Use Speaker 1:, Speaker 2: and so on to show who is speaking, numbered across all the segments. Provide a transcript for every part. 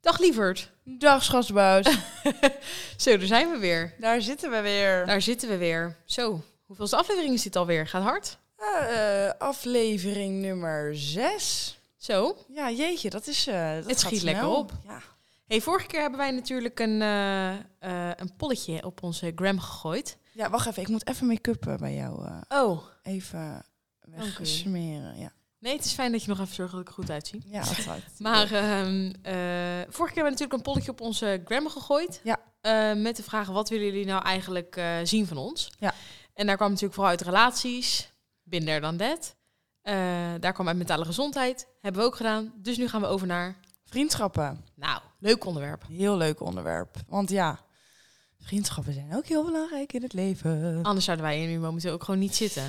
Speaker 1: Dag lieverd.
Speaker 2: Dag schatbaas.
Speaker 1: Zo, daar zijn we weer.
Speaker 2: Daar zitten we weer.
Speaker 1: Daar zitten we weer. Zo, hoeveelste aflevering is dit alweer? Gaat hard.
Speaker 2: Eh, eh, aflevering nummer 6.
Speaker 1: zo.
Speaker 2: Ja, jeetje, dat is. eh
Speaker 1: Het
Speaker 2: dat gaat
Speaker 1: schiet
Speaker 2: snel.
Speaker 1: lekker op.
Speaker 2: Ja.
Speaker 1: Hey, vorige keer hebben wij natuurlijk een, eh, eh, een polletje op onze gram gegooid.
Speaker 2: ja, wacht even. Ik moet even make-up eh, bij jou eh,
Speaker 1: Oh.
Speaker 2: even
Speaker 1: Oké.
Speaker 2: wegsmeren. Ja.
Speaker 1: Nee, het is fijn dat je nog even zorgt dat ik er goed uitzie.
Speaker 2: ja, altijd.
Speaker 1: Maar ehm, eh, vorige keer hebben we natuurlijk een polletje op onze gram gegooid.
Speaker 2: Ja.
Speaker 1: Eh, met de vraag, wat willen jullie nou eigenlijk eh, zien van ons?
Speaker 2: Ja.
Speaker 1: En daar kwam natuurlijk vooral uit relaties. Binder dan dat. Eh, daar kwam uit mentale gezondheid. Hebben we ook gedaan. Dus nu gaan we over naar...
Speaker 2: Vriendschappen.
Speaker 1: Nou, leuk onderwerp.
Speaker 2: Heel leuk onderwerp. Want ja, vriendschappen zijn ook heel belangrijk in het leven.
Speaker 1: Anders zouden wij hier nu momenteel ook gewoon niet zitten.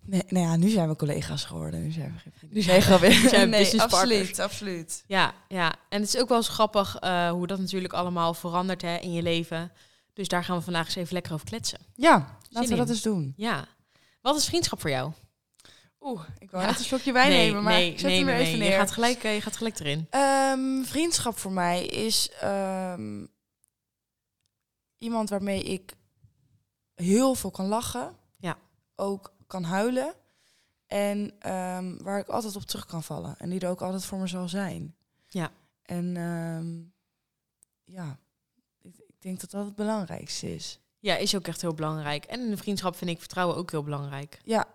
Speaker 2: Nee, nou ja, nu zijn we collega's geworden. Nu zijn we geen vrienden.
Speaker 1: Nu zijn we
Speaker 2: Nee,
Speaker 1: zijn we
Speaker 2: nee,
Speaker 1: businesspartners.
Speaker 2: absoluut, absoluut.
Speaker 1: Ja, ja. En het is ook wel eens grappig eh, hoe dat natuurlijk allemaal verandert hè, in je leven. Dus daar gaan we vandaag eens even lekker over kletsen.
Speaker 2: Ja, laten we
Speaker 1: in.
Speaker 2: dat eens doen.
Speaker 1: Ja. Wat is vriendschap voor jou?
Speaker 2: Oeh, ik wil
Speaker 1: Ja.
Speaker 2: net een slokje wijn nemen, maar ik zet hem weer even neer.
Speaker 1: Je gaat, gelijk, eh, je gaat gelijk erin.
Speaker 2: Ehm, vriendschap voor mij is ehm, iemand waarmee ik heel veel kan lachen.
Speaker 1: Ja.
Speaker 2: Ook kan huilen. En ehm, waar ik altijd op terug kan vallen. En die er ook altijd voor me zal zijn.
Speaker 1: Ja.
Speaker 2: En ehm, ja, ik, ik denk dat dat het belangrijkste is.
Speaker 1: Ja, is ook echt heel belangrijk. En in de vriendschap vind ik vertrouwen ook heel belangrijk.
Speaker 2: Ja.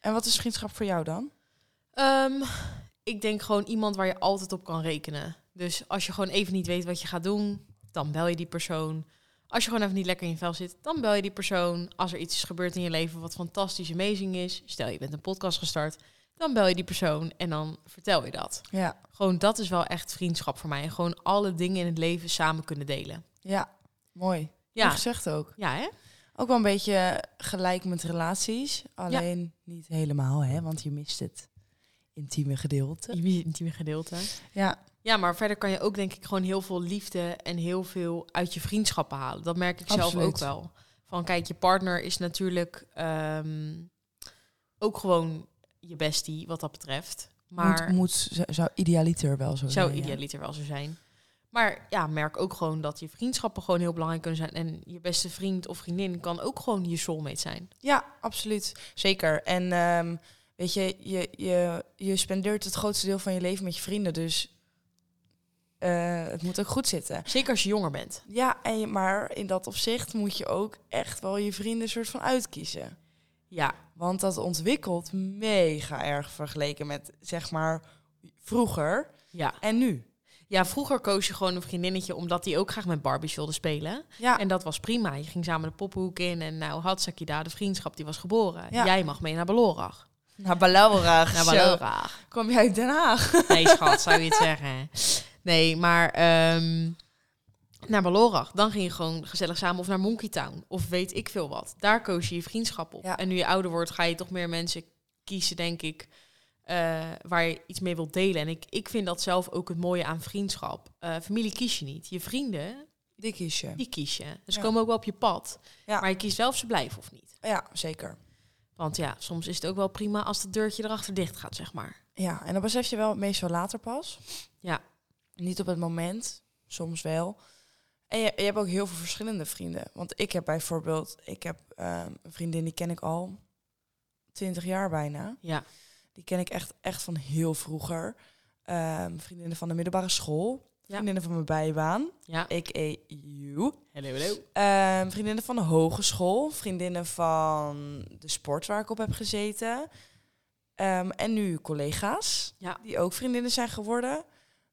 Speaker 2: En wat is vriendschap voor jou dan?
Speaker 1: Ehm, ik denk gewoon iemand waar je altijd op kan rekenen. Dus als je gewoon even niet weet wat je gaat doen, dan bel je die persoon. Als je gewoon even niet lekker in je vel zit, dan bel je die persoon. Als er iets is gebeurd in je leven wat fantastisch amazing is, stel je bent een podcast gestart, dan bel je die persoon en dan vertel je dat.
Speaker 2: Ja.
Speaker 1: Gewoon dat is wel echt vriendschap voor mij. En gewoon alle dingen in het leven samen kunnen delen.
Speaker 2: Ja, mooi. Goed
Speaker 1: Ja,
Speaker 2: gezegd ook.
Speaker 1: ja hè?
Speaker 2: Ook wel een beetje gelijk met relaties. Alleen niet helemaal, hè? Want je mist het intieme gedeelte.
Speaker 1: Die intieme gedeelte.
Speaker 2: Ja,
Speaker 1: Ja, maar verder kan je ook denk ik gewoon heel veel liefde en heel veel uit je vriendschappen halen. Dat merk ik zelf
Speaker 2: Absoluut.
Speaker 1: ook wel. Van kijk, je partner is natuurlijk ehm, ook gewoon je bestie wat dat betreft. Maar
Speaker 2: moet, moet, zou- zou idealiter wel zo
Speaker 1: zou
Speaker 2: zijn. ja.
Speaker 1: idealiter wel zo zijn. Maar ja, merk ook gewoon dat je vriendschappen gewoon heel belangrijk kunnen zijn. En je beste vriend of vriendin kan ook gewoon je soulmate zijn.
Speaker 2: Ja, absoluut. Zeker. En ehm, weet je je, je, je spendeert het grootste deel van je leven met je vrienden. Dus eh, het moet ook goed zitten.
Speaker 1: Zeker als je jonger bent.
Speaker 2: Ja, en, je- maar in dat opzicht moet je ook echt wel je vrienden soort van uitkiezen.
Speaker 1: Ja,
Speaker 2: Want dat ontwikkelt mega erg vergeleken met, zeg maar, vroeger
Speaker 1: ja.
Speaker 2: en nu.
Speaker 1: Ja, vroeger koos je gewoon een vriendinnetje omdat die ook graag met Barbies wilde spelen.
Speaker 2: Ja,
Speaker 1: En dat was prima. Je ging samen de poppenhoek in en nou had Saki daar de vriendschap die was geboren.
Speaker 2: Ja.
Speaker 1: Jij mag mee naar Balorag.
Speaker 2: Naar Balaurag.
Speaker 1: Naar
Speaker 2: Naar
Speaker 1: Balorag.
Speaker 2: Nou, Kom je uit Den Haag?
Speaker 1: Nee, schat, zou je het zeggen. Nee, maar ehm, naar Balorag. Dan ging je gewoon gezellig samen of naar Monkey Town. Of weet ik veel wat. Daar koos je je vriendschap op.
Speaker 2: Ja.
Speaker 1: En nu je ouder wordt, ga je toch meer mensen kiezen, denk ik. eh, waar je iets mee wilt delen. En ik, ik vind dat zelf ook het mooie aan vriendschap. Eh, familie kies je niet. Je vrienden,
Speaker 2: Die kies je.
Speaker 1: die kies je. Dus
Speaker 2: Ja.
Speaker 1: komen ook wel op je pad.
Speaker 2: Ja.
Speaker 1: Maar je kiest wel of ze blijven of niet.
Speaker 2: Ja, zeker.
Speaker 1: Want ja, soms is het ook wel prima als dat deurtje erachter dicht gaat, zeg maar.
Speaker 2: Ja, en dat besef je wel meestal later pas.
Speaker 1: Ja.
Speaker 2: Niet op het moment, soms wel. En je, je hebt ook heel veel verschillende vrienden. Want ik heb bijvoorbeeld, ik heb ehm, een vriendin die ken ik al 20 jaar bijna.
Speaker 1: Ja.
Speaker 2: Die ken ik echt, echt van heel vroeger. Ehm, vriendinnen van de middelbare school.
Speaker 1: Ja.
Speaker 2: Vriendinnen van mijn bijbaan.
Speaker 1: Ja.
Speaker 2: A.k.a. you.
Speaker 1: Hallo, hallo.
Speaker 2: Ehm, vriendinnen van de hogeschool, vriendinnen van de sport waar ik op heb gezeten. Ehm, en nu collega's,
Speaker 1: Ja.
Speaker 2: die ook vriendinnen zijn geworden.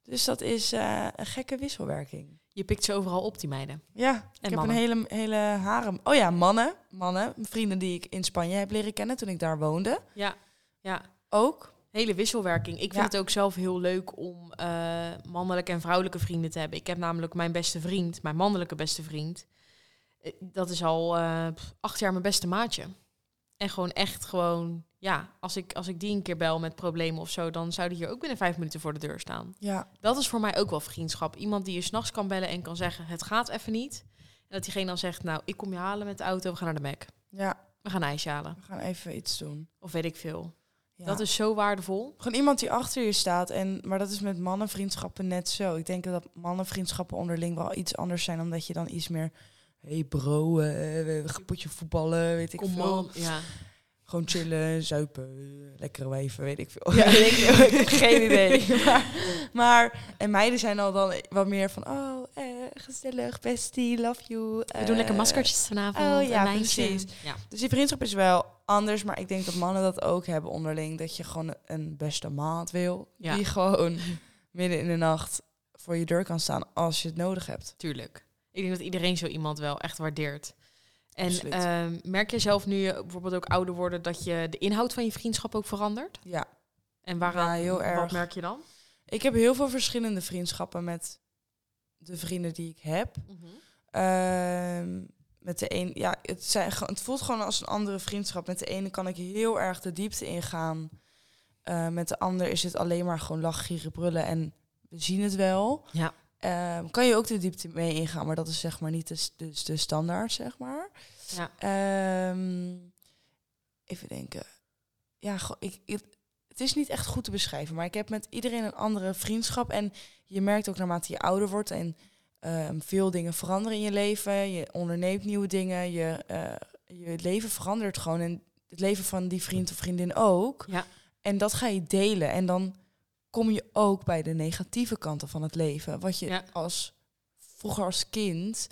Speaker 2: Dus dat is eh, een gekke wisselwerking.
Speaker 1: Je pikt ze overal op, die meiden.
Speaker 2: Ja, ik heb
Speaker 1: mannen.
Speaker 2: een hele, hele harem. Oh ja, mannen. Mannen, vrienden die ik in Spanje heb leren kennen toen ik daar woonde.
Speaker 1: Ja. Ja.
Speaker 2: Ook.
Speaker 1: Hele wisselwerking. Ik vind
Speaker 2: Ja.
Speaker 1: het ook zelf heel leuk om eh, mannelijke en vrouwelijke vrienden te hebben. Ik heb namelijk mijn beste vriend, mijn mannelijke beste vriend. eh, Dat is al eh, pff, acht jaar mijn beste maatje. En gewoon echt gewoon, ja, als ik, als ik die een keer bel met problemen of zo, dan zou die hier ook binnen vijf minuten voor de deur staan.
Speaker 2: Ja,
Speaker 1: Dat is voor mij ook wel vriendschap. Iemand die je s'nachts kan bellen en kan zeggen: Het gaat even niet. En dat diegene dan zegt: Nou, ik kom je halen met de auto, we gaan naar de Mac.
Speaker 2: ja,
Speaker 1: We gaan ijs halen.
Speaker 2: we gaan even iets doen.
Speaker 1: Of weet ik veel.
Speaker 2: Ja.
Speaker 1: Dat is zo waardevol.
Speaker 2: Gewoon iemand die achter je staat. En, maar dat is met mannenvriendschappen net zo. Ik denk dat mannenvriendschappen onderling wel iets anders zijn. Omdat je dan iets meer... hey bro, eh, we gaan potje voetballen, weet ik
Speaker 1: Kom
Speaker 2: veel.
Speaker 1: man. Ja.
Speaker 2: Gewoon chillen, zuipen, eh, lekkere wijven, weet ik veel.
Speaker 1: Ja,
Speaker 2: ik, heb geen idee. Maar, maar, en meiden zijn al dan wat meer van... Oh, eh, gezellig, bestie, love you. eh,
Speaker 1: We doen lekker
Speaker 2: maskertje.
Speaker 1: maskertjes vanavond.
Speaker 2: oh
Speaker 1: een
Speaker 2: ja,
Speaker 1: wijntje.
Speaker 2: precies.
Speaker 1: Ja.
Speaker 2: Dus die vriendschap is wel anders, maar ik denk dat mannen dat ook hebben onderling. Dat je gewoon een beste maat wil.
Speaker 1: Ja.
Speaker 2: Die gewoon midden in de nacht voor je deur kan staan als je het nodig hebt.
Speaker 1: Tuurlijk. Ik denk dat iedereen zo iemand wel echt waardeert. En
Speaker 2: Absoluut.
Speaker 1: ehm, merk je zelf nu eh, bijvoorbeeld ook ouder worden dat je de inhoud van je vriendschap ook verandert?
Speaker 2: Ja.
Speaker 1: En waaraan,
Speaker 2: Ja, heel
Speaker 1: wat
Speaker 2: erg.
Speaker 1: merk je dan?
Speaker 2: Ik heb heel veel verschillende vriendschappen met de vrienden die ik heb.
Speaker 1: Mhm.
Speaker 2: Ehm, met de een, ja, het, zijn, gewoon- het voelt gewoon als een andere vriendschap. Met de ene kan ik heel erg de diepte ingaan. Eh, met de ander is het alleen maar gewoon lachen, gieren, brullen en we zien het wel.
Speaker 1: Ja.
Speaker 2: Ehm, kan je ook de diepte mee ingaan, maar dat is zeg maar niet de, s- de, de standaard, zeg maar.
Speaker 1: Ja.
Speaker 2: Ehm, even denken. Ja, go- ik, ik- het is niet echt goed te beschrijven, maar ik heb met iedereen een andere vriendschap. En je merkt ook naarmate je ouder wordt en ehm, veel dingen veranderen in je leven. Je onderneemt nieuwe dingen. Je, eh, je leven verandert gewoon. En het leven van die vriend of vriendin ook.
Speaker 1: Ja.
Speaker 2: En dat ga je delen. En dan kom je ook bij de negatieve kanten van het leven. Wat je
Speaker 1: Ja.
Speaker 2: als vroeger als kind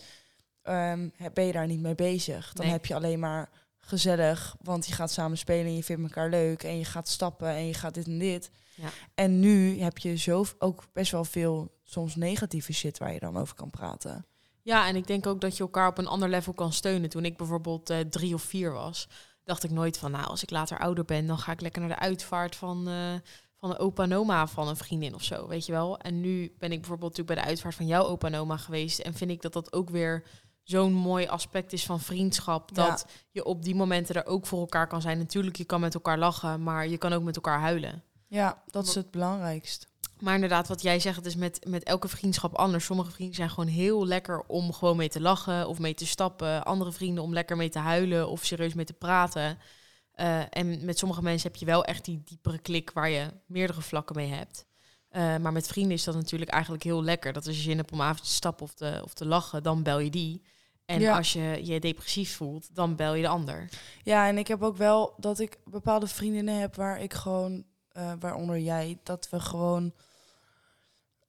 Speaker 2: ehm, heb- ben je daar niet mee bezig. Dan
Speaker 1: Nee.
Speaker 2: heb je alleen maar gezellig, want je gaat samen spelen en je vindt elkaar leuk en je gaat stappen en je gaat dit en dit.
Speaker 1: Ja.
Speaker 2: En nu heb je zo ook best wel veel soms negatieve shit waar je dan over kan praten.
Speaker 1: Ja, en ik denk ook dat je elkaar op een ander level kan steunen. Toen ik bijvoorbeeld eh, drie of vier was, dacht ik nooit van, nou, als ik later ouder ben, dan ga ik lekker naar de uitvaart van, eh, van een opa en oma van een vriendin of zo, weet je wel. En nu ben ik bijvoorbeeld natuurlijk bij de uitvaart van jouw opa en oma geweest en vind ik dat dat ook weer zo'n mooi aspect is van vriendschap,
Speaker 2: Ja.
Speaker 1: dat je op die momenten er ook voor elkaar kan zijn. Natuurlijk, je kan met elkaar lachen, maar je kan ook met elkaar huilen.
Speaker 2: Ja, dat is het belangrijkst.
Speaker 1: Maar inderdaad, wat jij zegt, het is met, met elke vriendschap anders. Sommige vrienden zijn gewoon heel lekker om gewoon mee te lachen of mee te stappen. Andere vrienden om lekker mee te huilen of serieus mee te praten. Eh, en met sommige mensen heb je wel echt die diepere klik waar je meerdere vlakken mee hebt. Eh, maar met vrienden is dat natuurlijk eigenlijk heel lekker. Dat als je zin hebt om avond te stappen of te, of te lachen, dan bel je die. En
Speaker 2: Ja.
Speaker 1: als je je depressief voelt, dan bel je de ander.
Speaker 2: Ja, en ik heb ook wel dat ik bepaalde vriendinnen heb waar ik gewoon, eh, waaronder jij, dat we gewoon.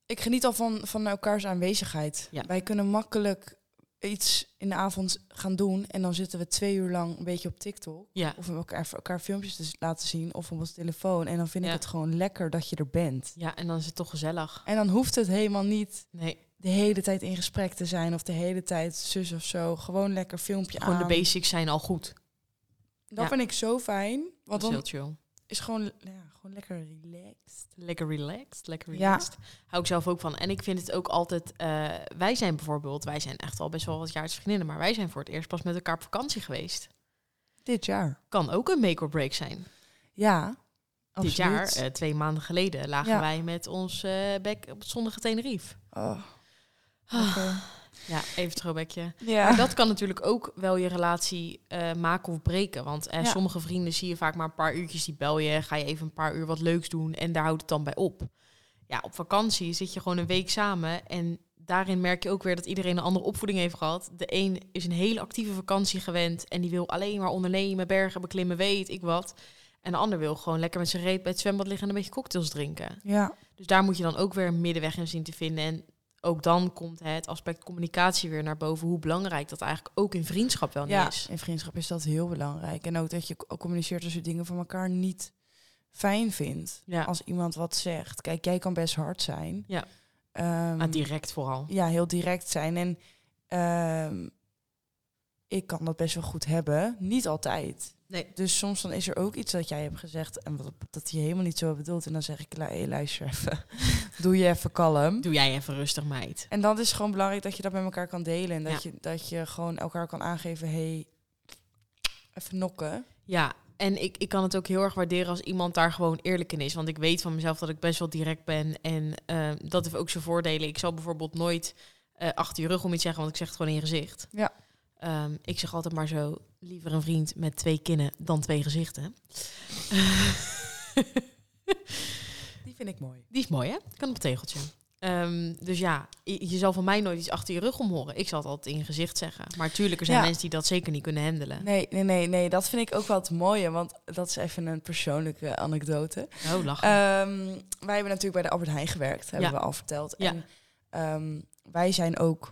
Speaker 2: Ik geniet al van, van elkaars aanwezigheid.
Speaker 1: Ja.
Speaker 2: Wij kunnen makkelijk iets in de avond gaan doen en dan zitten we twee uur lang een beetje op TikTok.
Speaker 1: Ja,
Speaker 2: Of we elkaar, elkaar filmpjes dus laten zien of op ons telefoon. En dan vind
Speaker 1: Ja.
Speaker 2: ik het gewoon lekker dat je er bent.
Speaker 1: ja en dan is het toch gezellig.
Speaker 2: En dan hoeft het helemaal niet
Speaker 1: Nee,
Speaker 2: de hele tijd in gesprek te zijn of de hele tijd zus of zo. Gewoon lekker filmpje
Speaker 1: gewoon
Speaker 2: aan.
Speaker 1: de basics zijn al goed.
Speaker 2: Dat
Speaker 1: Ja.
Speaker 2: vind ik zo fijn.
Speaker 1: Dat
Speaker 2: Want
Speaker 1: is
Speaker 2: dan
Speaker 1: heel chill.
Speaker 2: is gewoon, nou ja, gewoon lekker relaxed.
Speaker 1: Lekker relaxed, lekker
Speaker 2: Ja.
Speaker 1: relaxed. Hou ik zelf ook van. En ik vind het ook altijd... eh, wij zijn bijvoorbeeld... Wij zijn echt al best wel wat jaartjes vriendinnen... maar wij zijn voor het eerst pas met elkaar op vakantie geweest.
Speaker 2: Dit jaar.
Speaker 1: Kan ook een make or break zijn.
Speaker 2: Ja.
Speaker 1: Dit jaar, eh, twee maanden geleden... lagen
Speaker 2: Ja.
Speaker 1: wij met ons eh bek op het zonnige Tenerife.
Speaker 2: oh.
Speaker 1: Ah,
Speaker 2: lekker.
Speaker 1: Ja, even throwbackje.
Speaker 2: Ja.
Speaker 1: Maar dat kan natuurlijk ook wel je relatie eh, maken of breken. Want eh,
Speaker 2: Ja.
Speaker 1: sommige vrienden zie je vaak maar een paar uurtjes, die bel je. Ga je even een paar uur wat leuks doen en daar houdt het dan bij op. Ja, op vakantie zit je gewoon een week samen. En daarin merk je ook weer dat iedereen een andere opvoeding heeft gehad. De een is een hele actieve vakantie gewend en die wil alleen maar ondernemen, bergen beklimmen, weet ik wat. En de ander wil gewoon lekker met zijn reet bij het zwembad liggen en een beetje cocktails drinken.
Speaker 2: ja.
Speaker 1: Dus daar moet je dan ook weer een middenweg in zien te vinden. En ook dan komt het aspect communicatie weer naar boven. Hoe belangrijk dat eigenlijk ook in vriendschap wel niet
Speaker 2: Ja,
Speaker 1: is.
Speaker 2: in vriendschap is dat heel belangrijk. En ook dat je co- communiceert als je dingen van elkaar niet fijn vindt.
Speaker 1: Ja.
Speaker 2: Als iemand wat zegt. Kijk, jij kan best hard zijn.
Speaker 1: Ja.
Speaker 2: Ehm,
Speaker 1: Maar Ah, direct vooral.
Speaker 2: ja, heel direct zijn. En ehm, ik kan dat best wel goed hebben. Niet altijd.
Speaker 1: Nee.
Speaker 2: Dus soms dan is er ook iets dat jij hebt gezegd en wat, dat je helemaal niet zo bedoelt. En dan zeg ik, "Lu- hey, luister even. Doe je even kalm.
Speaker 1: Doe jij even rustig, meid.
Speaker 2: En dan is het gewoon belangrijk dat je dat met elkaar kan delen. En dat,
Speaker 1: Ja.
Speaker 2: je, dat je gewoon elkaar kan aangeven, hey, even nokken.
Speaker 1: Ja, en ik, ik kan het ook heel erg waarderen als iemand daar gewoon eerlijk in is. Want ik weet van mezelf dat ik best wel direct ben. En eh, dat heeft ook zijn voordelen. Ik zal bijvoorbeeld nooit eh, achter je rug om iets zeggen, want ik zeg het gewoon in je gezicht.
Speaker 2: Ja.
Speaker 1: Ehm, ik zeg altijd maar zo, liever een vriend met twee kinnen dan twee gezichten.
Speaker 2: Die vind ik mooi.
Speaker 1: Die is mooi, hè? Kan op een tegeltje. Ehm, dus ja, je, je zal van mij nooit iets achter je rug om horen. Ik zal het altijd in je gezicht zeggen. Maar tuurlijk, er zijn
Speaker 2: Ja.
Speaker 1: mensen die dat zeker niet kunnen handelen.
Speaker 2: Nee, nee, nee, nee. Dat vind ik ook wel het mooie. Want dat is even een persoonlijke anekdote.
Speaker 1: Oh, lachen.
Speaker 2: Ehm, wij hebben natuurlijk bij de Albert Heijn gewerkt, hebben
Speaker 1: Ja.
Speaker 2: we al verteld.
Speaker 1: Ja.
Speaker 2: En ehm, wij zijn ook,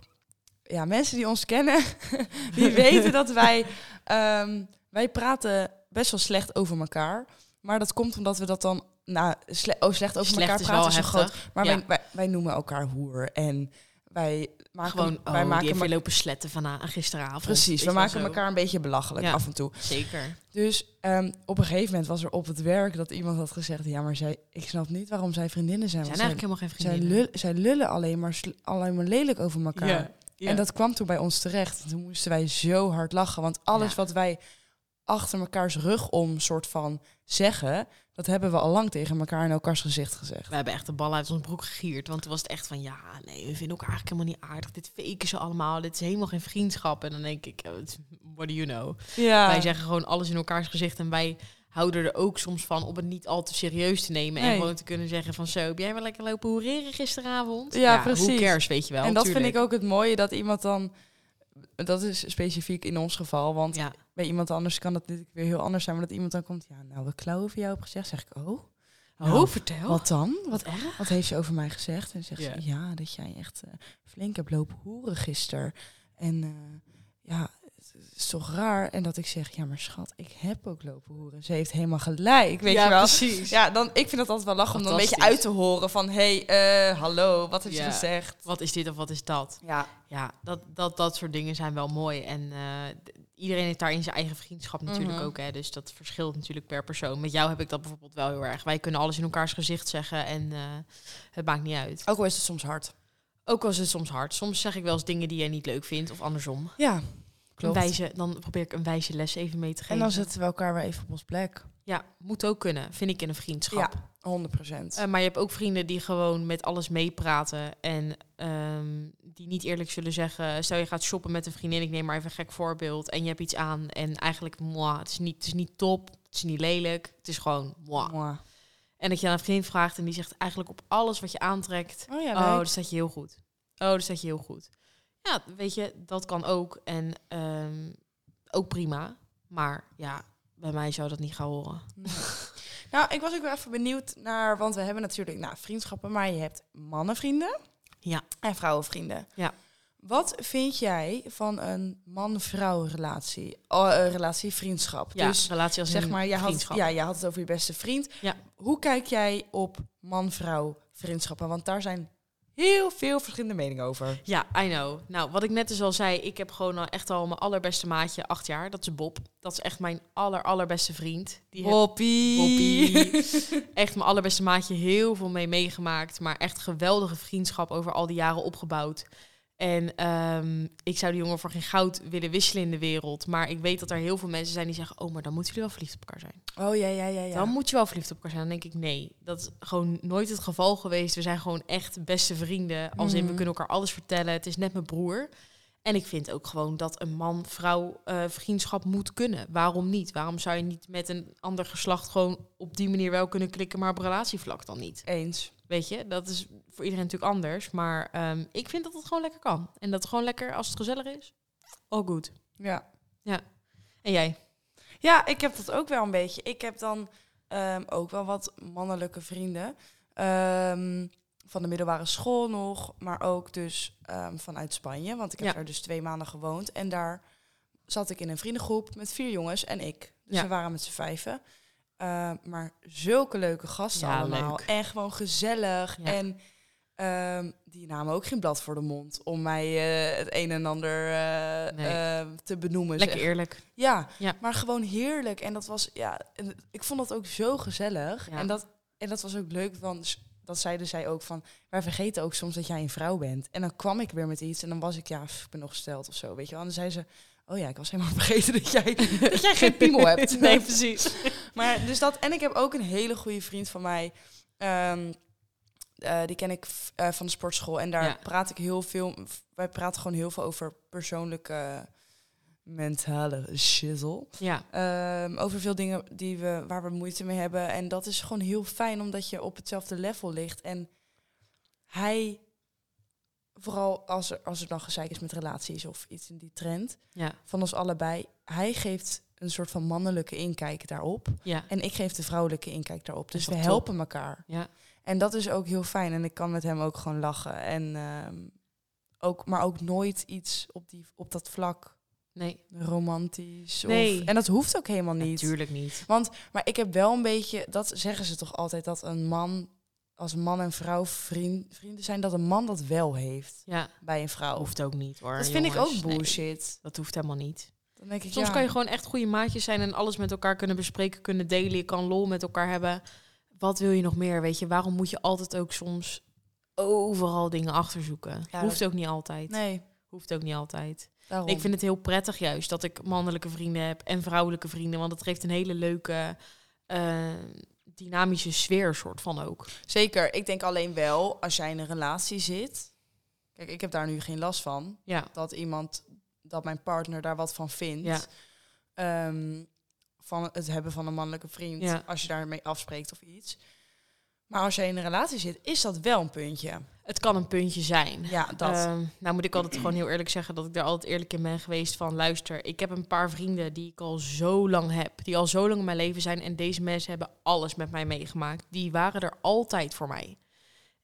Speaker 2: ja, mensen die ons kennen, die weten dat wij, ehm, wij praten best wel slecht over elkaar. Maar dat komt omdat we dat dan, nou, sle- oh, slecht over
Speaker 1: Slecht
Speaker 2: elkaar
Speaker 1: is
Speaker 2: praten
Speaker 1: wel
Speaker 2: is een
Speaker 1: heftig.
Speaker 2: groot. Maar
Speaker 1: Ja.
Speaker 2: wij, wij, wij noemen elkaar hoer en wij maken,
Speaker 1: Gewoon, oh,
Speaker 2: wij maken
Speaker 1: die heeft
Speaker 2: ma-
Speaker 1: weer lopen sletten vanavond, gisteravond. Weet
Speaker 2: Precies,
Speaker 1: je
Speaker 2: we
Speaker 1: wel
Speaker 2: maken
Speaker 1: zo.
Speaker 2: elkaar een beetje belachelijk
Speaker 1: Ja.
Speaker 2: af en toe.
Speaker 1: Zeker.
Speaker 2: Dus ehm, op een gegeven moment was er op het werk dat iemand had gezegd... ja, maar zij, ik snap niet waarom zij vriendinnen zijn.
Speaker 1: Zijn
Speaker 2: want
Speaker 1: eigenlijk helemaal geen
Speaker 2: zij, zij,
Speaker 1: vriendinnen.
Speaker 2: lul- zij lullen alleen maar, sl- alleen maar lelijk over elkaar. En dat kwam toen bij ons terecht. En Toen moesten wij zo hard lachen. Want alles
Speaker 1: Ja.
Speaker 2: wat wij achter mekaars rug om soort van zeggen... dat hebben we al lang tegen elkaar in elkaars gezicht gezegd.
Speaker 1: We hebben echt de ballen uit ons broek gegierd. Want toen was het echt van, ja, nee, we vinden elkaar eigenlijk helemaal niet aardig. Dit faken ze allemaal. Dit is helemaal geen vriendschap. En dan denk ik, eh, what do you know?
Speaker 2: Ja,
Speaker 1: Wij zeggen gewoon alles in elkaars gezicht. En wij houden er ook soms van om het niet al te serieus te nemen. En
Speaker 2: Nee.
Speaker 1: gewoon te kunnen zeggen van, zo, heb jij wel lekker lopen hoereren gisteravond?
Speaker 2: Ja,
Speaker 1: Hoe
Speaker 2: precies.
Speaker 1: cares, weet je wel.
Speaker 2: en dat vind ik ook het mooie dat iemand dan... Dat is specifiek in ons geval, want
Speaker 1: Ja,
Speaker 2: bij iemand anders kan dat natuurlijk weer heel anders zijn. Maar dat iemand dan komt, ja, nou, we klauwen over jou heb gezegd. Zeg ik, oh,
Speaker 1: oh,
Speaker 2: Nou,
Speaker 1: vertel.
Speaker 2: wat dan? Wat,
Speaker 1: Wat erg.
Speaker 2: wat heeft ze over mij gezegd? En zegt
Speaker 1: Ja.
Speaker 2: ze, ja, dat jij echt eh, flink hebt lopen hoeren gisteren. En eh, ja, het is toch raar. En dat ik zeg, ja, maar schat, ik heb ook lopen hoeren. Ze heeft helemaal gelijk, weet
Speaker 1: ja,
Speaker 2: je wel.
Speaker 1: precies.
Speaker 2: Ja, dan, ik vind dat altijd wel lachen om dan een beetje uit
Speaker 1: Fantastisch.
Speaker 2: te horen van... hé, hey, eh, hallo, wat heeft
Speaker 1: Ja.
Speaker 2: ze gezegd?
Speaker 1: Wat is dit of wat is dat?
Speaker 2: Ja,
Speaker 1: Ja, dat, dat, dat soort dingen zijn wel mooi. En eh, d- iedereen heeft daarin zijn eigen vriendschap natuurlijk
Speaker 2: Mhm.
Speaker 1: ook. Hè? Dus dat verschilt natuurlijk per persoon. Met jou heb ik dat bijvoorbeeld wel heel erg. Wij kunnen alles in elkaars gezicht zeggen en eh, het maakt niet uit.
Speaker 2: ook al is het soms hard.
Speaker 1: Ook al is het soms hard. Soms zeg ik wel eens dingen die jij niet leuk vindt of andersom.
Speaker 2: Ja,
Speaker 1: Een
Speaker 2: klopt.
Speaker 1: wijze, dan probeer ik een wijze les even mee te geven.
Speaker 2: En dan zetten we elkaar weer even op ons plek.
Speaker 1: Ja, moet ook kunnen, vind ik in een vriendschap.
Speaker 2: 100 procent.
Speaker 1: Eh, maar je hebt ook vrienden die gewoon met alles meepraten. En ehm, die niet eerlijk zullen zeggen. Stel je gaat shoppen met een vriendin, ik neem maar even een gek voorbeeld. En je hebt iets aan. En eigenlijk, moi, het, is niet, het is niet top. Het is niet lelijk. Het is gewoon moi.
Speaker 2: Mwah.
Speaker 1: En dat je aan een vriendin vraagt en die zegt eigenlijk op alles wat je aantrekt.
Speaker 2: Oh ja,
Speaker 1: Oh,
Speaker 2: leuk.
Speaker 1: dat staat je heel goed. Oh, dat staat je heel goed. Ja, weet je, dat kan ook. En ehm, ook prima. Maar ja, bij mij zou dat niet gaan horen. dus-
Speaker 2: Nou, ik was ook wel even benieuwd naar, want we hebben natuurlijk nou, vriendschappen, maar je hebt mannenvrienden
Speaker 1: Ja.
Speaker 2: en vrouwenvrienden.
Speaker 1: Ja.
Speaker 2: Wat vind jij van een man-vrouw relatie, Oh, eh, relatie vriendschap?
Speaker 1: Ja,
Speaker 2: dus
Speaker 1: relatie als
Speaker 2: zeg
Speaker 1: in
Speaker 2: maar, je had,
Speaker 1: vriendschap.
Speaker 2: ja, je had het over je beste vriend.
Speaker 1: Ja.
Speaker 2: Hoe kijk jij op man-vrouw vriendschappen? Want daar zijn heel veel verschillende meningen over.
Speaker 1: Ja, I know. Nou, wat ik net dus al zei, ik heb gewoon al echt al mijn allerbeste maatje, acht jaar. Dat is Bob. Dat is echt mijn aller allerbeste vriend. Die heb
Speaker 2: Hoppie.
Speaker 1: Bobbie. echt mijn allerbeste maatje heel veel mee meegemaakt. Maar echt geweldige vriendschap over al die jaren opgebouwd. En ehm, ik zou die jongen voor geen goud willen wisselen in de wereld. Maar ik weet dat er heel veel mensen zijn die zeggen... oh, maar dan moeten jullie wel verliefd op elkaar zijn.
Speaker 2: Oh ja, ja, ja, ja.
Speaker 1: Dan moet je wel verliefd op elkaar zijn. Dan denk ik, nee, dat is gewoon nooit het geval geweest. We zijn gewoon echt beste vrienden. Als in, we
Speaker 2: Mhm.
Speaker 1: kunnen elkaar alles vertellen. Het is net mijn broer. En ik vind ook gewoon dat een man-vrouw eh, vriendschap moet kunnen. Waarom niet? Waarom zou je niet met een ander geslacht gewoon op die manier wel kunnen klikken, maar op relatievlak dan niet?
Speaker 2: Eens.
Speaker 1: Weet je, dat is voor iedereen natuurlijk anders. Maar ehm, ik vind dat het gewoon lekker kan. En dat het gewoon lekker, als het gezellig is, all good.
Speaker 2: Ja.
Speaker 1: En jij?
Speaker 2: Ja, ik heb dat ook wel een beetje. Ik heb dan ehm, ook wel wat mannelijke vrienden. Ehm, van de middelbare school nog, maar ook dus ehm, vanuit Spanje. Want ik heb
Speaker 1: Ja.
Speaker 2: daar dus twee maanden gewoond. En daar zat ik in een vriendengroep met vier jongens en ik. Dus
Speaker 1: Ja.
Speaker 2: we waren met z'n vijven. Ehm, maar zulke leuke gasten
Speaker 1: Ja,
Speaker 2: allemaal.
Speaker 1: leuk.
Speaker 2: En gewoon gezellig.
Speaker 1: Ja.
Speaker 2: En ehm, die namen ook geen blad voor de mond om mij eh, het een en ander eh,
Speaker 1: Nee.
Speaker 2: eh, te benoemen. zeg
Speaker 1: Lekker eerlijk.
Speaker 2: ja,
Speaker 1: Ja.
Speaker 2: maar gewoon heerlijk. En dat was, ja, en ik vond dat ook zo gezellig.
Speaker 1: Ja.
Speaker 2: En, dat, en dat was ook leuk, want s- dat zeiden zij ook van, wij vergeten ook soms dat jij een vrouw bent. En dan kwam ik weer met iets en dan was ik, ja, pff, ik ben nog gesteld of zo, weet je wel. En dan zei ze, oh ja, ik was helemaal vergeten dat jij, dat jij geen piemel hebt.
Speaker 1: nee, precies.
Speaker 2: Maar dus dat, en ik heb ook een hele goede vriend van mij. Ehm, eh, die ken ik f- eh, van de sportschool. En daar
Speaker 1: Ja.
Speaker 2: praat ik heel veel. Wij praten gewoon heel veel over persoonlijke mentale shizzle.
Speaker 1: Ja,
Speaker 2: Ehm, over veel dingen die we, waar we moeite mee hebben. En dat is gewoon heel fijn omdat je op hetzelfde level ligt. En hij, vooral als er, als er dan gezeik is met relaties of iets in die trend,
Speaker 1: ja,
Speaker 2: van ons allebei, hij geeft een soort van mannelijke inkijk daarop.
Speaker 1: ja,
Speaker 2: En ik geef de vrouwelijke inkijk daarop. Dus
Speaker 1: is
Speaker 2: we
Speaker 1: wel top.
Speaker 2: helpen elkaar.
Speaker 1: ja.
Speaker 2: En dat is ook heel fijn. En ik kan met hem ook gewoon lachen. En, ehm, ook, maar ook nooit iets op, die, op dat vlak
Speaker 1: Nee,
Speaker 2: romantisch. of-
Speaker 1: Nee.
Speaker 2: en dat hoeft ook helemaal niet.
Speaker 1: natuurlijk niet.
Speaker 2: Maar ik heb wel een beetje, dat zeggen ze toch altijd, dat een man, als man en vrouw vriend, vrienden zijn, dat een man dat wel heeft
Speaker 1: Ja,
Speaker 2: bij een vrouw.
Speaker 1: hoeft ook niet hoor.
Speaker 2: dat vind
Speaker 1: jongens.
Speaker 2: ik ook
Speaker 1: Nee,
Speaker 2: bullshit.
Speaker 1: dat hoeft helemaal niet.
Speaker 2: Dan denk ik,
Speaker 1: Soms
Speaker 2: ja,
Speaker 1: kan je gewoon echt goede maatjes zijn en alles met elkaar kunnen bespreken, kunnen delen. Je kan lol met elkaar hebben. Wat wil je nog meer? Weet je, waarom moet je altijd ook soms overal dingen achterzoeken?
Speaker 2: Ja,
Speaker 1: Hoeft ook niet altijd.
Speaker 2: Nee,
Speaker 1: Hoeft ook niet altijd.
Speaker 2: daarom.
Speaker 1: Ik vind het heel prettig juist dat ik mannelijke vrienden heb en vrouwelijke vrienden. Want dat geeft een hele leuke eh, dynamische sfeer soort van ook.
Speaker 2: Zeker, ik denk alleen wel, als jij in een relatie zit... Kijk, ik heb daar nu geen last van.
Speaker 1: Ja,
Speaker 2: Dat iemand, dat mijn partner daar wat van vindt.
Speaker 1: Ja.
Speaker 2: Ehm, van het hebben van een mannelijke vriend.
Speaker 1: Ja.
Speaker 2: Als je daarmee afspreekt of iets. Maar als jij in een relatie zit, is dat wel een puntje.
Speaker 1: het kan een puntje zijn.
Speaker 2: Ja, dat.
Speaker 1: Ehm, nou moet ik altijd gewoon heel eerlijk zeggen dat ik daar altijd eerlijk in ben geweest van luister, ik heb een paar vrienden die ik al zo lang heb, die al zo lang in mijn leven zijn en deze mensen hebben alles met mij meegemaakt. Die waren er altijd voor mij.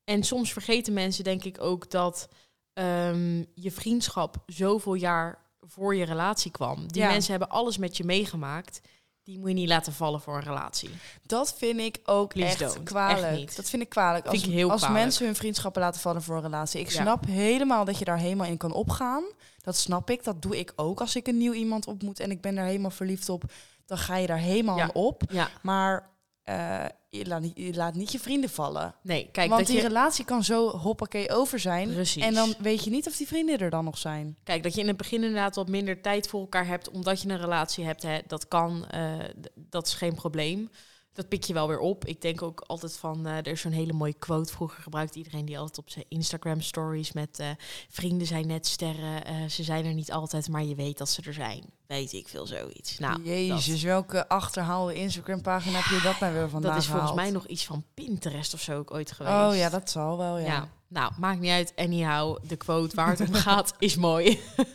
Speaker 1: En soms vergeten mensen denk ik ook dat ehm, je vriendschap zoveel jaar voor je relatie kwam. Die
Speaker 2: Ja.
Speaker 1: mensen hebben alles met je meegemaakt. Die moet je niet laten vallen voor een relatie.
Speaker 2: Dat vind ik ook
Speaker 1: Please
Speaker 2: echt
Speaker 1: don't.
Speaker 2: kwalijk.
Speaker 1: Echt niet.
Speaker 2: dat vind ik kwalijk.
Speaker 1: Vind
Speaker 2: Als,
Speaker 1: ik heel
Speaker 2: als
Speaker 1: kwalijk.
Speaker 2: mensen hun vriendschappen laten vallen voor een relatie. Ik
Speaker 1: Ja.
Speaker 2: snap helemaal dat je daar helemaal in kan opgaan. Dat snap ik. Dat doe ik ook als ik een nieuw iemand ontmoet en ik ben daar helemaal verliefd op. Dan ga je daar helemaal
Speaker 1: Ja.
Speaker 2: aan op.
Speaker 1: Ja,
Speaker 2: Maar eh, je, laat niet, je laat niet je vrienden vallen.
Speaker 1: nee, kijk,
Speaker 2: Want
Speaker 1: dat
Speaker 2: die
Speaker 1: je...
Speaker 2: relatie kan zo hoppakee over zijn.
Speaker 1: Precies.
Speaker 2: En dan weet je niet of die vrienden er dan nog zijn.
Speaker 1: Kijk, dat je in het begin inderdaad wat minder tijd voor elkaar hebt, omdat je een relatie hebt, hè, dat kan, eh, d- dat is geen probleem. Dat pik je wel weer op. Ik denk ook altijd van, eh, er is zo'n hele mooie quote, vroeger gebruikt iedereen die altijd op zijn Instagram stories met eh, vrienden zijn net sterren, eh, ze zijn er niet altijd, maar je weet dat ze er zijn. Weet ik veel zoiets. Nou,
Speaker 2: Jezus, welke achterhaalde Instagram pagina heb je dat nou weer
Speaker 1: dat,
Speaker 2: vandaan
Speaker 1: dat is volgens
Speaker 2: gehaald?
Speaker 1: mij nog iets van Pinterest of zo ook ooit geweest.
Speaker 2: Oh ja, dat zal wel,
Speaker 1: Ja.
Speaker 2: ja.
Speaker 1: nou, maakt niet uit. Anyhow, de quote waar het om gaat is mooi.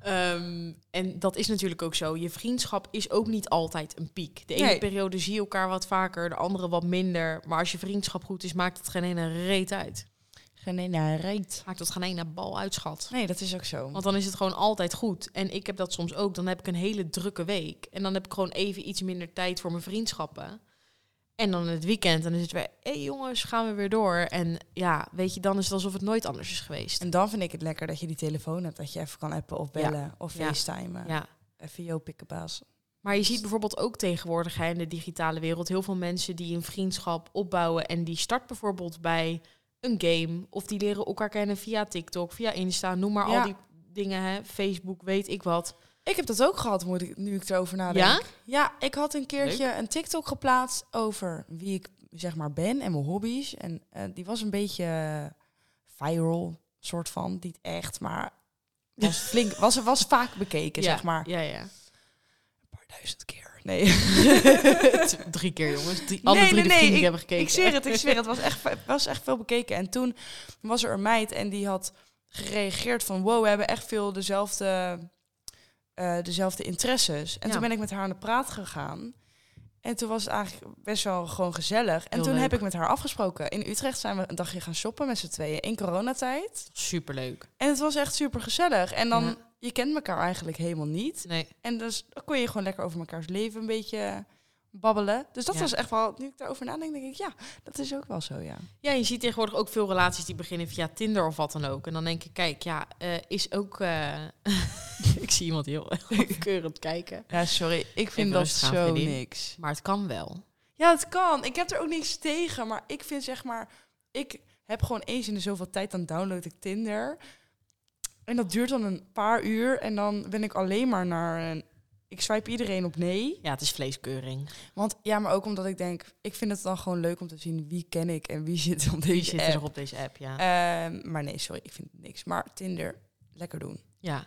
Speaker 1: Ehm, en dat is natuurlijk ook zo. Je vriendschap is ook niet altijd een piek. De ene
Speaker 2: Nee.
Speaker 1: periode zie je elkaar wat vaker, de andere wat minder. Maar als je vriendschap goed is, maakt het geen ene reet uit.
Speaker 2: Geen ene reet.
Speaker 1: Maakt het geen ene bal uit, schat.
Speaker 2: Nee, dat is ook zo.
Speaker 1: Want dan is het gewoon altijd goed. En ik heb dat soms ook. Dan heb ik een hele drukke week. En dan heb ik gewoon even iets minder tijd voor mijn vriendschappen. En dan het weekend, dan is het weer... Hé hey jongens, gaan we weer door. En ja, weet je, dan is het alsof het nooit anders is geweest.
Speaker 2: En dan vind ik het lekker dat je die telefoon hebt, dat je even kan appen of bellen of
Speaker 1: Ja.
Speaker 2: facetimen.
Speaker 1: Ja.
Speaker 2: Even yo pikkenbaas.
Speaker 1: Maar je ziet bijvoorbeeld ook tegenwoordig hè, in de digitale wereld heel veel mensen die een vriendschap opbouwen en die start bijvoorbeeld bij een game of die leren elkaar kennen via TikTok, via Insta, noem maar
Speaker 2: Ja.
Speaker 1: al die dingen, hè, Facebook, weet ik wat.
Speaker 2: Ik heb dat ook gehad, moet ik, nu ik erover nadenk.
Speaker 1: Ja?
Speaker 2: Ja, ik had een keertje een TikTok geplaatst over wie ik zeg maar ben en mijn hobby's. En eh, die was een beetje eh, viral, soort van. Niet echt, maar was flink, was, was vaak bekeken,
Speaker 1: ja,
Speaker 2: zeg maar.
Speaker 1: Ja, ja.
Speaker 2: Een paar duizend keer. Nee.
Speaker 1: drie keer jongens, drie, alle
Speaker 2: Nee,
Speaker 1: drie
Speaker 2: nee,
Speaker 1: de
Speaker 2: nee,
Speaker 1: vrienden die hebben gekeken.
Speaker 2: Ik zweer het, ik zweer het. Het was echt, het was echt veel bekeken. En toen was er een meid en die had gereageerd van... wow, we hebben echt veel dezelfde, eh, dezelfde interesses. En
Speaker 1: Ja.
Speaker 2: toen ben ik met haar aan de praat gegaan. En toen was het eigenlijk best wel gewoon gezellig. En
Speaker 1: Heel
Speaker 2: toen heb
Speaker 1: leuk.
Speaker 2: ik met haar afgesproken. In Utrecht zijn we een dagje gaan shoppen met z'n tweeën in coronatijd.
Speaker 1: Superleuk.
Speaker 2: En het was echt super gezellig. En dan,
Speaker 1: Ja.
Speaker 2: je kent elkaar eigenlijk helemaal niet.
Speaker 1: Nee,
Speaker 2: En dus dan kon je gewoon lekker over mekaars leven een beetje babbelen. Dus dat
Speaker 1: Ja.
Speaker 2: was echt wel, nu ik daarover nadenk, denk ik, ja, dat is ook wel zo, ja.
Speaker 1: Ja, je ziet tegenwoordig ook veel relaties die beginnen via Tinder of wat dan ook. En dan denk ik, kijk, ja, eh, is ook... eh, ik zie iemand heel keurend kijken.
Speaker 2: Ja, sorry, ik
Speaker 1: Even
Speaker 2: vind dat
Speaker 1: rustig aan,
Speaker 2: zo
Speaker 1: vriendin.
Speaker 2: niks.
Speaker 1: Maar het kan wel.
Speaker 2: Ja, het kan. Ik heb er ook niks tegen, maar ik vind zeg maar, ik heb gewoon eens in de zoveel tijd, dan download ik Tinder. En dat duurt dan een paar uur en dan ben ik alleen maar naar een... Ik swipe iedereen op nee.
Speaker 1: Ja, het is vleeskeuring.
Speaker 2: Want ja, maar ook omdat ik denk, ik vind het dan gewoon leuk om te zien wie ken ik en wie zit op deze
Speaker 1: Die Eh, zitten
Speaker 2: app.
Speaker 1: er op deze app, ja.
Speaker 2: Ehm, maar nee, sorry, ik vind het niks. Maar Tinder, lekker doen.
Speaker 1: ja.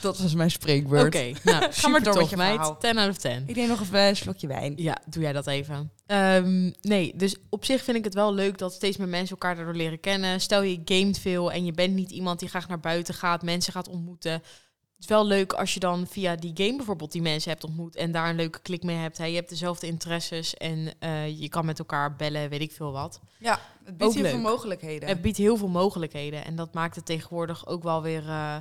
Speaker 3: Dat was mijn spreekbeurt.
Speaker 1: Oké, nou, ga maar door
Speaker 2: tof,
Speaker 1: met je
Speaker 2: meid.
Speaker 1: verhaal. 10 out of 10.
Speaker 2: Ik neem nog even een slokje wijn.
Speaker 1: Ja, doe jij dat even. Ehm, nee, dus op zich vind ik het wel leuk dat steeds meer mensen elkaar daardoor leren kennen. Stel je gamet veel en je bent niet iemand die graag naar buiten gaat, mensen gaat ontmoeten. Het is wel leuk als je dan via die game bijvoorbeeld die mensen hebt ontmoet en daar een leuke klik mee hebt. Hè. Je hebt dezelfde interesses en eh, je kan met elkaar bellen, weet ik veel wat.
Speaker 2: Het
Speaker 1: Ook
Speaker 2: biedt heel veel
Speaker 1: leuk.
Speaker 2: mogelijkheden.
Speaker 1: Het biedt heel veel mogelijkheden en dat maakt het tegenwoordig ook wel weer eh,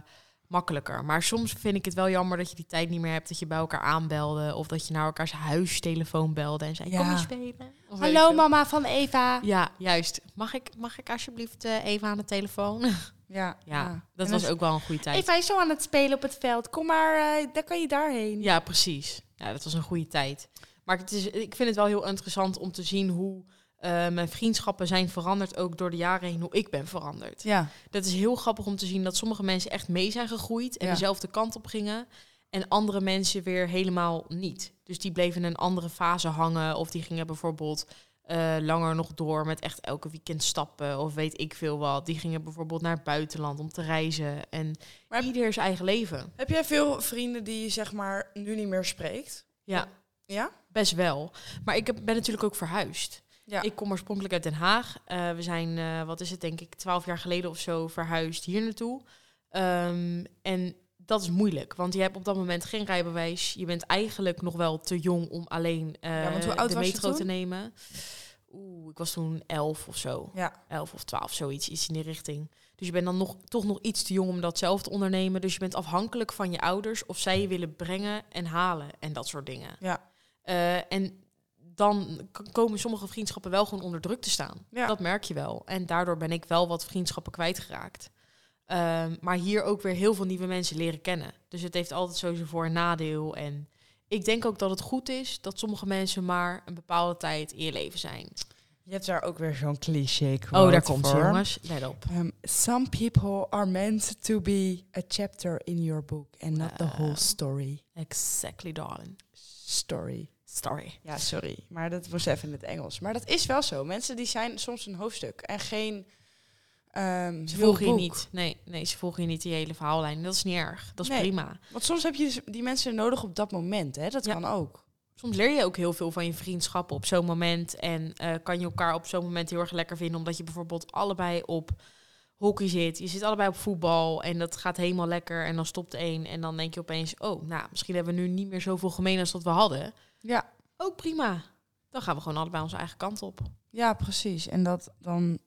Speaker 1: makkelijker. Maar soms vind ik het wel jammer dat je die tijd niet meer hebt dat je bij elkaar aanbelde of dat je naar elkaars huistelefoon belde en zei:
Speaker 2: Ja.
Speaker 1: Kom je spelen? Of weet ik
Speaker 2: Hallo
Speaker 1: veel.
Speaker 2: mama van E- Eva.
Speaker 1: Ja, juist. Mag ik, mag ik alsjeblieft eh, even aan de telefoon? Ja,
Speaker 2: Ja,
Speaker 1: dat was ook wel een goede tijd.
Speaker 2: Eva is zo aan het spelen op het veld. Kom maar, eh, daar kan je daarheen.
Speaker 1: Ja, precies. Ja, dat was een goede tijd. Maar het is, ik vind het wel heel interessant om te zien hoe eh, mijn vriendschappen zijn veranderd, ook door de jaren heen, hoe ik ben veranderd.
Speaker 2: ja.
Speaker 1: Dat is heel grappig om te zien dat sommige mensen echt mee zijn gegroeid en
Speaker 2: Ja.
Speaker 1: dezelfde kant op gingen. En andere mensen weer helemaal niet. Dus die bleven in een andere fase hangen. Of die gingen bijvoorbeeld eh, langer nog door met echt elke weekend stappen. Of weet ik veel wat. Die gingen bijvoorbeeld naar het buitenland om te reizen. En
Speaker 2: Maar-
Speaker 1: ieder zijn eigen leven.
Speaker 2: Heb jij veel vrienden die je zeg maar nu niet meer spreekt?
Speaker 1: Ja,
Speaker 2: Ja?
Speaker 1: best wel. Maar ik heb- ben natuurlijk ook verhuisd.
Speaker 2: Ja.
Speaker 1: Ik kom oorspronkelijk uit Den Haag. Eh, we zijn, eh, wat is het denk ik, twaalf jaar geleden of zo verhuisd hier naartoe. Ehm, en dat is moeilijk, want je hebt op dat moment geen rijbewijs. Je bent eigenlijk nog wel te jong om alleen eh,
Speaker 2: Ja, want hoe oud
Speaker 1: de
Speaker 2: was je
Speaker 1: metro te
Speaker 2: toen?
Speaker 1: nemen. Oeh, ik was toen elf of zo.
Speaker 2: Ja.
Speaker 1: Elf of twaalf, zoiets, iets in die richting. Dus je bent dan nog, toch nog iets te jong om dat zelf te ondernemen. Dus je bent afhankelijk van je ouders of zij je willen brengen en halen en dat soort dingen.
Speaker 2: Ja.
Speaker 1: Eh, en dan k- komen sommige vriendschappen wel gewoon onder druk te staan.
Speaker 2: Ja.
Speaker 1: Dat merk je wel. En daardoor ben ik wel wat vriendschappen kwijtgeraakt. Ehm, maar hier ook weer heel veel nieuwe mensen leren kennen. Dus het heeft altijd sowieso voor- en nadeel. En ik denk ook dat het goed is dat sommige mensen maar een bepaalde tijd in je leven zijn.
Speaker 2: Je hebt daar ook weer zo'n cliché
Speaker 1: Oh, daar komt ze, jongens. Let op.
Speaker 2: Ehm, some people are meant to be a chapter in your book and not the whole
Speaker 1: Wauw.
Speaker 2: story.
Speaker 1: Exactly, darling.
Speaker 2: Story.
Speaker 1: Sorry.
Speaker 2: Ja, sorry. Maar dat was even in het Engels. Maar dat is wel zo. Mensen die zijn soms een hoofdstuk en geen. ehm
Speaker 1: Ze
Speaker 2: heel
Speaker 1: volgen je
Speaker 2: boek.
Speaker 1: niet. Nee, nee, ze volgen je niet die hele verhaallijn. Dat is niet erg. Dat is
Speaker 2: Nee.
Speaker 1: prima.
Speaker 2: Want soms heb je dus die mensen nodig op dat moment. Hè? Dat
Speaker 1: Ja.
Speaker 2: kan ook.
Speaker 1: soms leer je ook heel veel van je vriendschappen op zo'n moment. En eh, kan je elkaar op zo'n moment heel erg lekker vinden. Omdat je bijvoorbeeld allebei op hockey zit. Je zit allebei op voetbal. En dat gaat helemaal lekker. En dan stopt één. En dan denk je opeens, oh, nou, misschien hebben we nu niet meer zoveel gemeen als dat we hadden.
Speaker 2: Ja.
Speaker 1: Ook prima. Dan gaan we gewoon allebei onze eigen kant op.
Speaker 2: Ja, precies. En dat dan,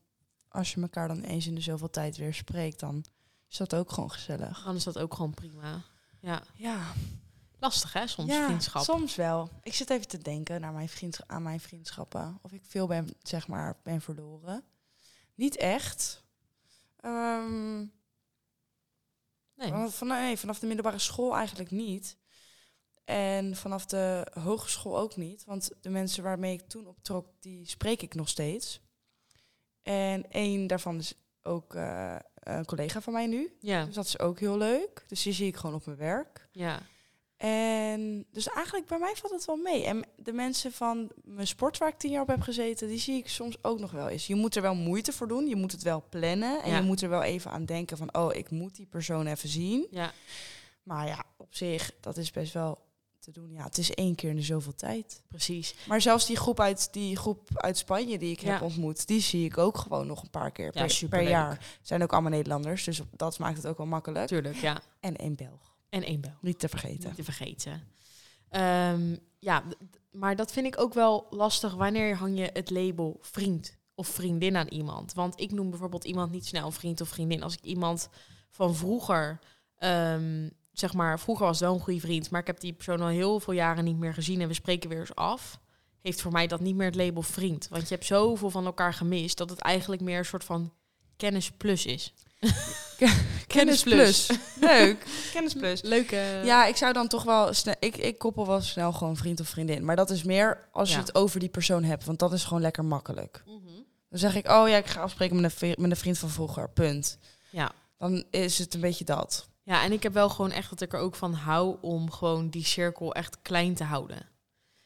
Speaker 2: als je elkaar dan eens in de zoveel tijd weer spreekt, dan is dat ook gewoon gezellig.
Speaker 1: Dan is dat ook gewoon prima. Ja,
Speaker 2: Ja,
Speaker 1: lastig hè, soms
Speaker 2: ja,
Speaker 1: vriendschap.
Speaker 2: soms wel. Ik zit even te denken naar mijn vriend, aan mijn vriendschappen. Of ik veel ben, zeg maar, ben verloren. Niet echt. Ehm,
Speaker 1: nee.
Speaker 2: want van, nee, vanaf de middelbare school eigenlijk niet. En vanaf de hogeschool ook niet. Want de mensen waarmee ik toen optrok, die spreek ik nog steeds. En één daarvan is ook eh, een collega van mij nu.
Speaker 1: Ja,
Speaker 2: Dus dat is ook heel leuk. Dus die zie ik gewoon op mijn werk.
Speaker 1: ja.
Speaker 2: En dus eigenlijk bij mij valt het wel mee. En de mensen van mijn sport waar ik tien jaar op heb gezeten, die zie ik soms ook nog wel eens. Je moet er wel moeite voor doen. Je moet het wel plannen. En
Speaker 1: Ja.
Speaker 2: je moet er wel even aan denken van, oh, ik moet die persoon even zien.
Speaker 1: ja.
Speaker 2: Maar ja, op zich, dat is best wel te doen. Ja, het is één keer in de zoveel tijd.
Speaker 1: Precies.
Speaker 2: Maar zelfs die groep uit, die groep uit Spanje die ik heb
Speaker 1: Ja.
Speaker 2: ontmoet, die zie ik ook gewoon nog een paar keer
Speaker 1: Ja,
Speaker 2: per, per
Speaker 1: superleuk.
Speaker 2: jaar. Zijn ook allemaal Nederlanders, dus op- dat maakt het ook wel makkelijk.
Speaker 1: Tuurlijk, ja.
Speaker 2: En één Belg,
Speaker 1: En één bel.
Speaker 2: niet te vergeten.
Speaker 1: Niet te vergeten. Ehm, ja, d- d- maar dat vind ik ook wel lastig. Wanneer hang je het label vriend of vriendin aan iemand? Want ik noem bijvoorbeeld iemand niet snel vriend of vriendin. Als ik iemand van vroeger, ehm, zeg maar, vroeger was het wel een goede vriend, maar ik heb die persoon al heel veel jaren niet meer gezien en we spreken weer eens af. Heeft voor mij dat niet meer het label vriend. Want je hebt zoveel van elkaar gemist dat het eigenlijk meer een soort van kennis plus is. Kennis plus.
Speaker 2: Leuk. Kennis plus.
Speaker 1: Leuke.
Speaker 2: Ja, ik zou dan toch wel snel. Ik, ik koppel wel snel gewoon vriend of vriendin. Maar dat is meer als
Speaker 1: Ja.
Speaker 2: je het over die persoon hebt, want dat is gewoon lekker makkelijk.
Speaker 1: Mhm.
Speaker 2: Dan zeg ik, oh ja, ik ga afspreken met een, vri- met een vriend van vroeger. Punt.
Speaker 1: ja.
Speaker 2: Dan is het een beetje dat.
Speaker 1: Ja, en ik heb wel gewoon echt dat ik er ook van hou om gewoon die cirkel echt klein te houden.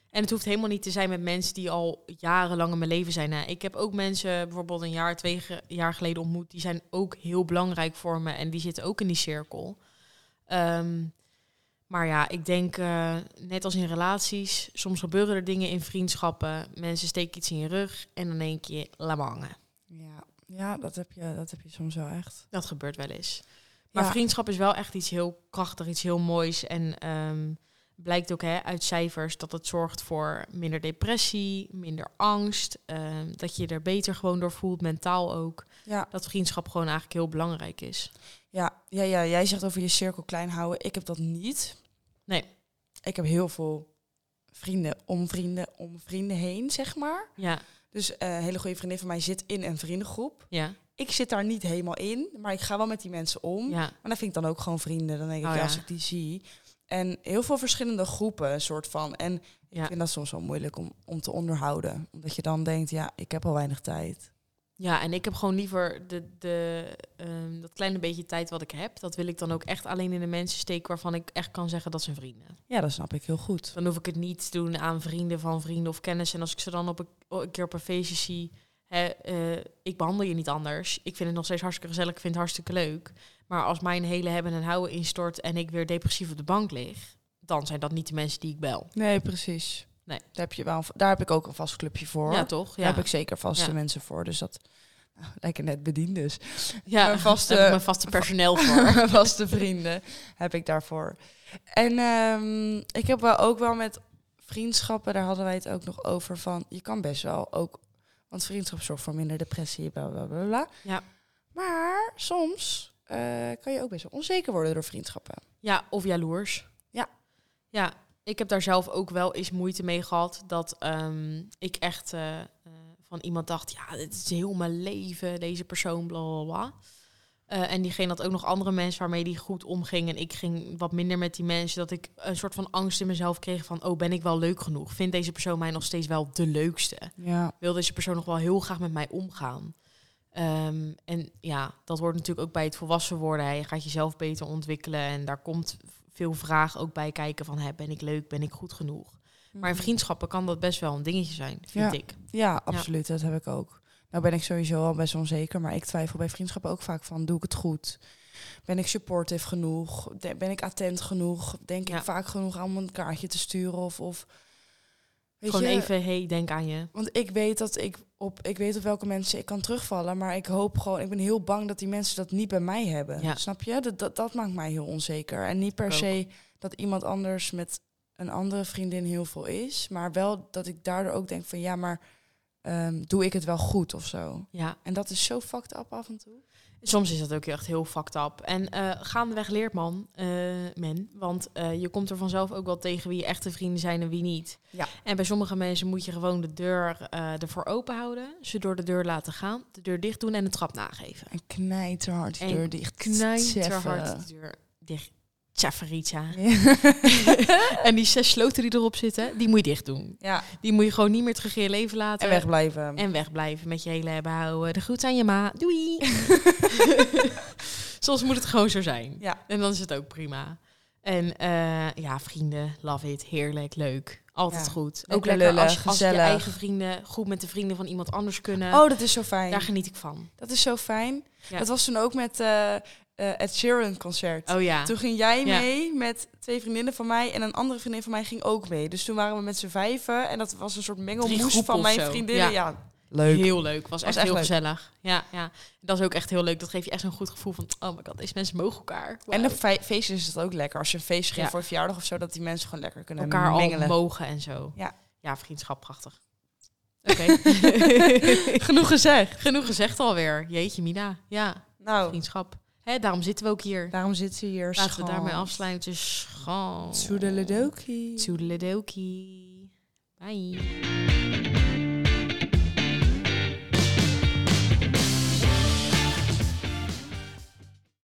Speaker 1: En het hoeft helemaal niet te zijn met mensen die al jarenlang in mijn leven zijn. Hè. Ik heb ook mensen bijvoorbeeld een jaar, twee ge- jaar geleden ontmoet. Die zijn ook heel belangrijk voor me en die zitten ook in die cirkel. Ehm, maar ja, ik denk eh, net als in relaties, soms gebeuren er dingen in vriendschappen. Mensen steken iets in je rug en dan denk je, laat me hangen.
Speaker 2: Ja, ja dat, heb je, dat heb je soms wel echt.
Speaker 1: Dat gebeurt wel eens. Maar
Speaker 2: Ja.
Speaker 1: vriendschap is wel echt iets heel krachtig, iets heel moois. En ehm, blijkt ook hè, uit cijfers dat het zorgt voor minder depressie, minder angst. ehm, dat je je er beter gewoon door voelt, mentaal ook.
Speaker 2: Ja,
Speaker 1: Dat vriendschap gewoon eigenlijk heel belangrijk is.
Speaker 2: ja, ja, ja, jij zegt over je cirkel klein houden. Ik heb dat niet.
Speaker 1: Nee.
Speaker 2: Ik heb heel veel vrienden om vrienden om vrienden heen, zeg maar.
Speaker 1: Ja,
Speaker 2: Dus eh, een hele goede vriendin van mij zit in een vriendengroep.
Speaker 1: ja,
Speaker 2: Ik zit daar niet helemaal in, maar ik ga wel met die mensen om.
Speaker 1: ja.
Speaker 2: Maar dat vind ik dan ook gewoon vrienden. Dan denk ik,
Speaker 1: Oh,
Speaker 2: ja,
Speaker 1: ja.
Speaker 2: als ik die zie. En heel veel verschillende groepen, een soort van. En ik
Speaker 1: Ja.
Speaker 2: vind dat soms wel moeilijk om, om te onderhouden. Omdat je dan denkt, ja, ik heb al weinig tijd.
Speaker 1: Ja, en ik heb gewoon liever de, de, ehm, dat kleine beetje tijd wat ik heb. Dat wil ik dan ook echt alleen in de mensen steken waarvan ik echt kan zeggen dat zijn vrienden.
Speaker 2: Ja, dat snap ik heel goed.
Speaker 1: Dan hoef ik het niet te doen aan vrienden van vrienden of kennis. En als ik ze dan op een, o- een keer op een feestje zie, hè, eh, ik behandel je niet anders. Ik vind het nog steeds hartstikke gezellig, ik vind het hartstikke leuk. Maar als mijn hele hebben en houden instort en ik weer depressief op de bank lig, dan zijn dat niet de mensen die ik bel.
Speaker 2: Nee, precies.
Speaker 1: Nee.
Speaker 2: Daar heb, je wel een- daar heb ik ook een vast clubje voor.
Speaker 1: Ja, toch? Ja,
Speaker 2: Daar heb ik zeker vaste
Speaker 1: Ja.
Speaker 2: mensen voor. Dus dat nou, lijken net dus. bediendes.
Speaker 1: ja,
Speaker 2: mijn vaste-
Speaker 1: daar heb ik mijn vaste personeel voor.
Speaker 2: Mijn vaste vrienden heb ik daarvoor. En ehm, ik heb wel ook wel met vriendschappen, daar hadden wij het ook nog over van. Je kan best wel ook, want vriendschap zorgt voor minder depressie, bla bla bla. bla.
Speaker 1: Ja.
Speaker 2: Maar soms eh, kan je ook best wel onzeker worden door vriendschappen.
Speaker 1: Ja, of jaloers.
Speaker 2: Ja.
Speaker 1: Ja, ik heb daar zelf ook wel eens moeite mee gehad. Dat ehm, ik echt eh, eh, van iemand dacht, ja, dit is heel mijn leven, deze persoon, bla bla bla. Eh, en diegene had ook nog andere mensen waarmee die goed omging. En ik ging wat minder met die mensen. Dat ik een soort van angst in mezelf kreeg van, oh, ben ik wel leuk genoeg? Vindt deze persoon mij nog steeds wel de leukste?
Speaker 2: Ja.
Speaker 1: wil deze persoon nog wel heel graag met mij omgaan. Ehm, en ja, dat hoort natuurlijk ook bij het volwassen worden. hè. Je gaat jezelf beter ontwikkelen en daar komt veel vraag ook bij kijken van hè, ben ik leuk, ben ik goed genoeg. Maar
Speaker 2: Mhm.
Speaker 1: in vriendschappen kan dat best wel een dingetje zijn, vind
Speaker 2: Ja.
Speaker 1: ik.
Speaker 2: Ja, absoluut. Dat heb ik ook. Nou ben ik sowieso al best onzeker, maar ik twijfel bij vriendschappen ook vaak van, doe ik het goed? Ben ik supportive genoeg? De- ben ik attent genoeg? Denk
Speaker 1: Ja.
Speaker 2: ik vaak genoeg aan om een kaartje te sturen? Of, of weet
Speaker 1: Gewoon
Speaker 2: je,
Speaker 1: even, hey, denk aan je.
Speaker 2: Want ik weet dat ik op, ik weet op welke mensen ik kan terugvallen, maar ik hoop gewoon, ik ben heel bang dat die mensen dat niet bij mij hebben.
Speaker 1: Ja.
Speaker 2: Snap je? Dat, dat, dat maakt mij heel onzeker. En niet per
Speaker 1: Ik ook.
Speaker 2: se dat iemand anders met een andere vriendin heel veel is, maar wel dat ik daardoor ook denk van ja, maar ehm, doe ik het wel goed of zo?
Speaker 1: Ja,
Speaker 2: En dat is zo fucked up af en toe.
Speaker 1: soms is dat ook echt heel fucked up. En eh, gaandeweg leert man, eh, men, want eh, je komt er vanzelf ook wel tegen wie je echte vrienden zijn en wie niet.
Speaker 2: Ja.
Speaker 1: En bij sommige mensen moet je gewoon de deur eh, ervoor open houden, ze door de deur laten gaan, de deur dicht doen en de trap nageven.
Speaker 2: En knijterhard die
Speaker 1: En
Speaker 2: deur dicht.
Speaker 1: knijterhard
Speaker 2: tseffen.
Speaker 1: de deur dicht. Tjafferitja.
Speaker 2: Ja.
Speaker 1: En die zes sloten die erop zitten, die moet je dicht doen.
Speaker 2: ja.
Speaker 1: Die moet je gewoon niet meer terug in je leven laten.
Speaker 2: En wegblijven.
Speaker 1: En wegblijven met je hele hebben houden. De groet aan je ma. Doei. Soms moet het gewoon zo zijn.
Speaker 2: Ja.
Speaker 1: En dan is het ook prima. En eh, ja, vrienden, love it. Heerlijk, leuk. Altijd
Speaker 2: Ja.
Speaker 1: goed.
Speaker 2: Lekker
Speaker 1: Ook lekker
Speaker 2: lullen,
Speaker 1: als, je- als je
Speaker 2: gezellig.
Speaker 1: eigen vrienden goed met de vrienden van iemand anders kunnen.
Speaker 2: Oh, dat is zo fijn.
Speaker 1: eh, Daar geniet ik van.
Speaker 2: Dat is zo fijn.
Speaker 1: Ja.
Speaker 2: Dat was toen ook met eh eh, Ed Sheeran concert.
Speaker 1: Oh ja.
Speaker 2: Toen ging jij
Speaker 1: Ja.
Speaker 2: mee met twee vriendinnen van mij en een andere vriendin van mij ging ook mee. Dus toen waren we met z'n vijven en dat was een soort
Speaker 1: Drie
Speaker 2: mengelmoes
Speaker 1: groepen
Speaker 2: van
Speaker 1: of
Speaker 2: mijn
Speaker 1: zo.
Speaker 2: vriendinnen. Ja.
Speaker 1: Heel leuk. Was, echt,
Speaker 2: echt
Speaker 1: heel
Speaker 2: leuk.
Speaker 1: gezellig. Ja, ja, dat is ook echt heel leuk. Dat geeft je echt zo'n goed gevoel van, oh my god, deze mensen mogen elkaar.
Speaker 2: En
Speaker 1: Wauw.
Speaker 2: op fe- feestjes is dat ook lekker. Als je een feestje geeft
Speaker 1: Ja.
Speaker 2: voor een verjaardag of zo, dat die mensen gewoon lekker kunnen
Speaker 1: elkaar
Speaker 2: mengelen.
Speaker 1: al mogen en zo.
Speaker 2: Ja.
Speaker 1: ja vriendschap, prachtig. Oké.
Speaker 2: Genoeg gezegd.
Speaker 1: Genoeg gezegd alweer. Jeetje mina. Ja,
Speaker 2: Nou,
Speaker 1: vriendschap. Hè, daarom zitten we ook hier.
Speaker 2: daarom zitten we hier.
Speaker 1: Laten we
Speaker 2: schat.
Speaker 1: daarmee afsluiten. Schoon.
Speaker 2: Toedeledokie.
Speaker 1: Toedeledokie. Bye.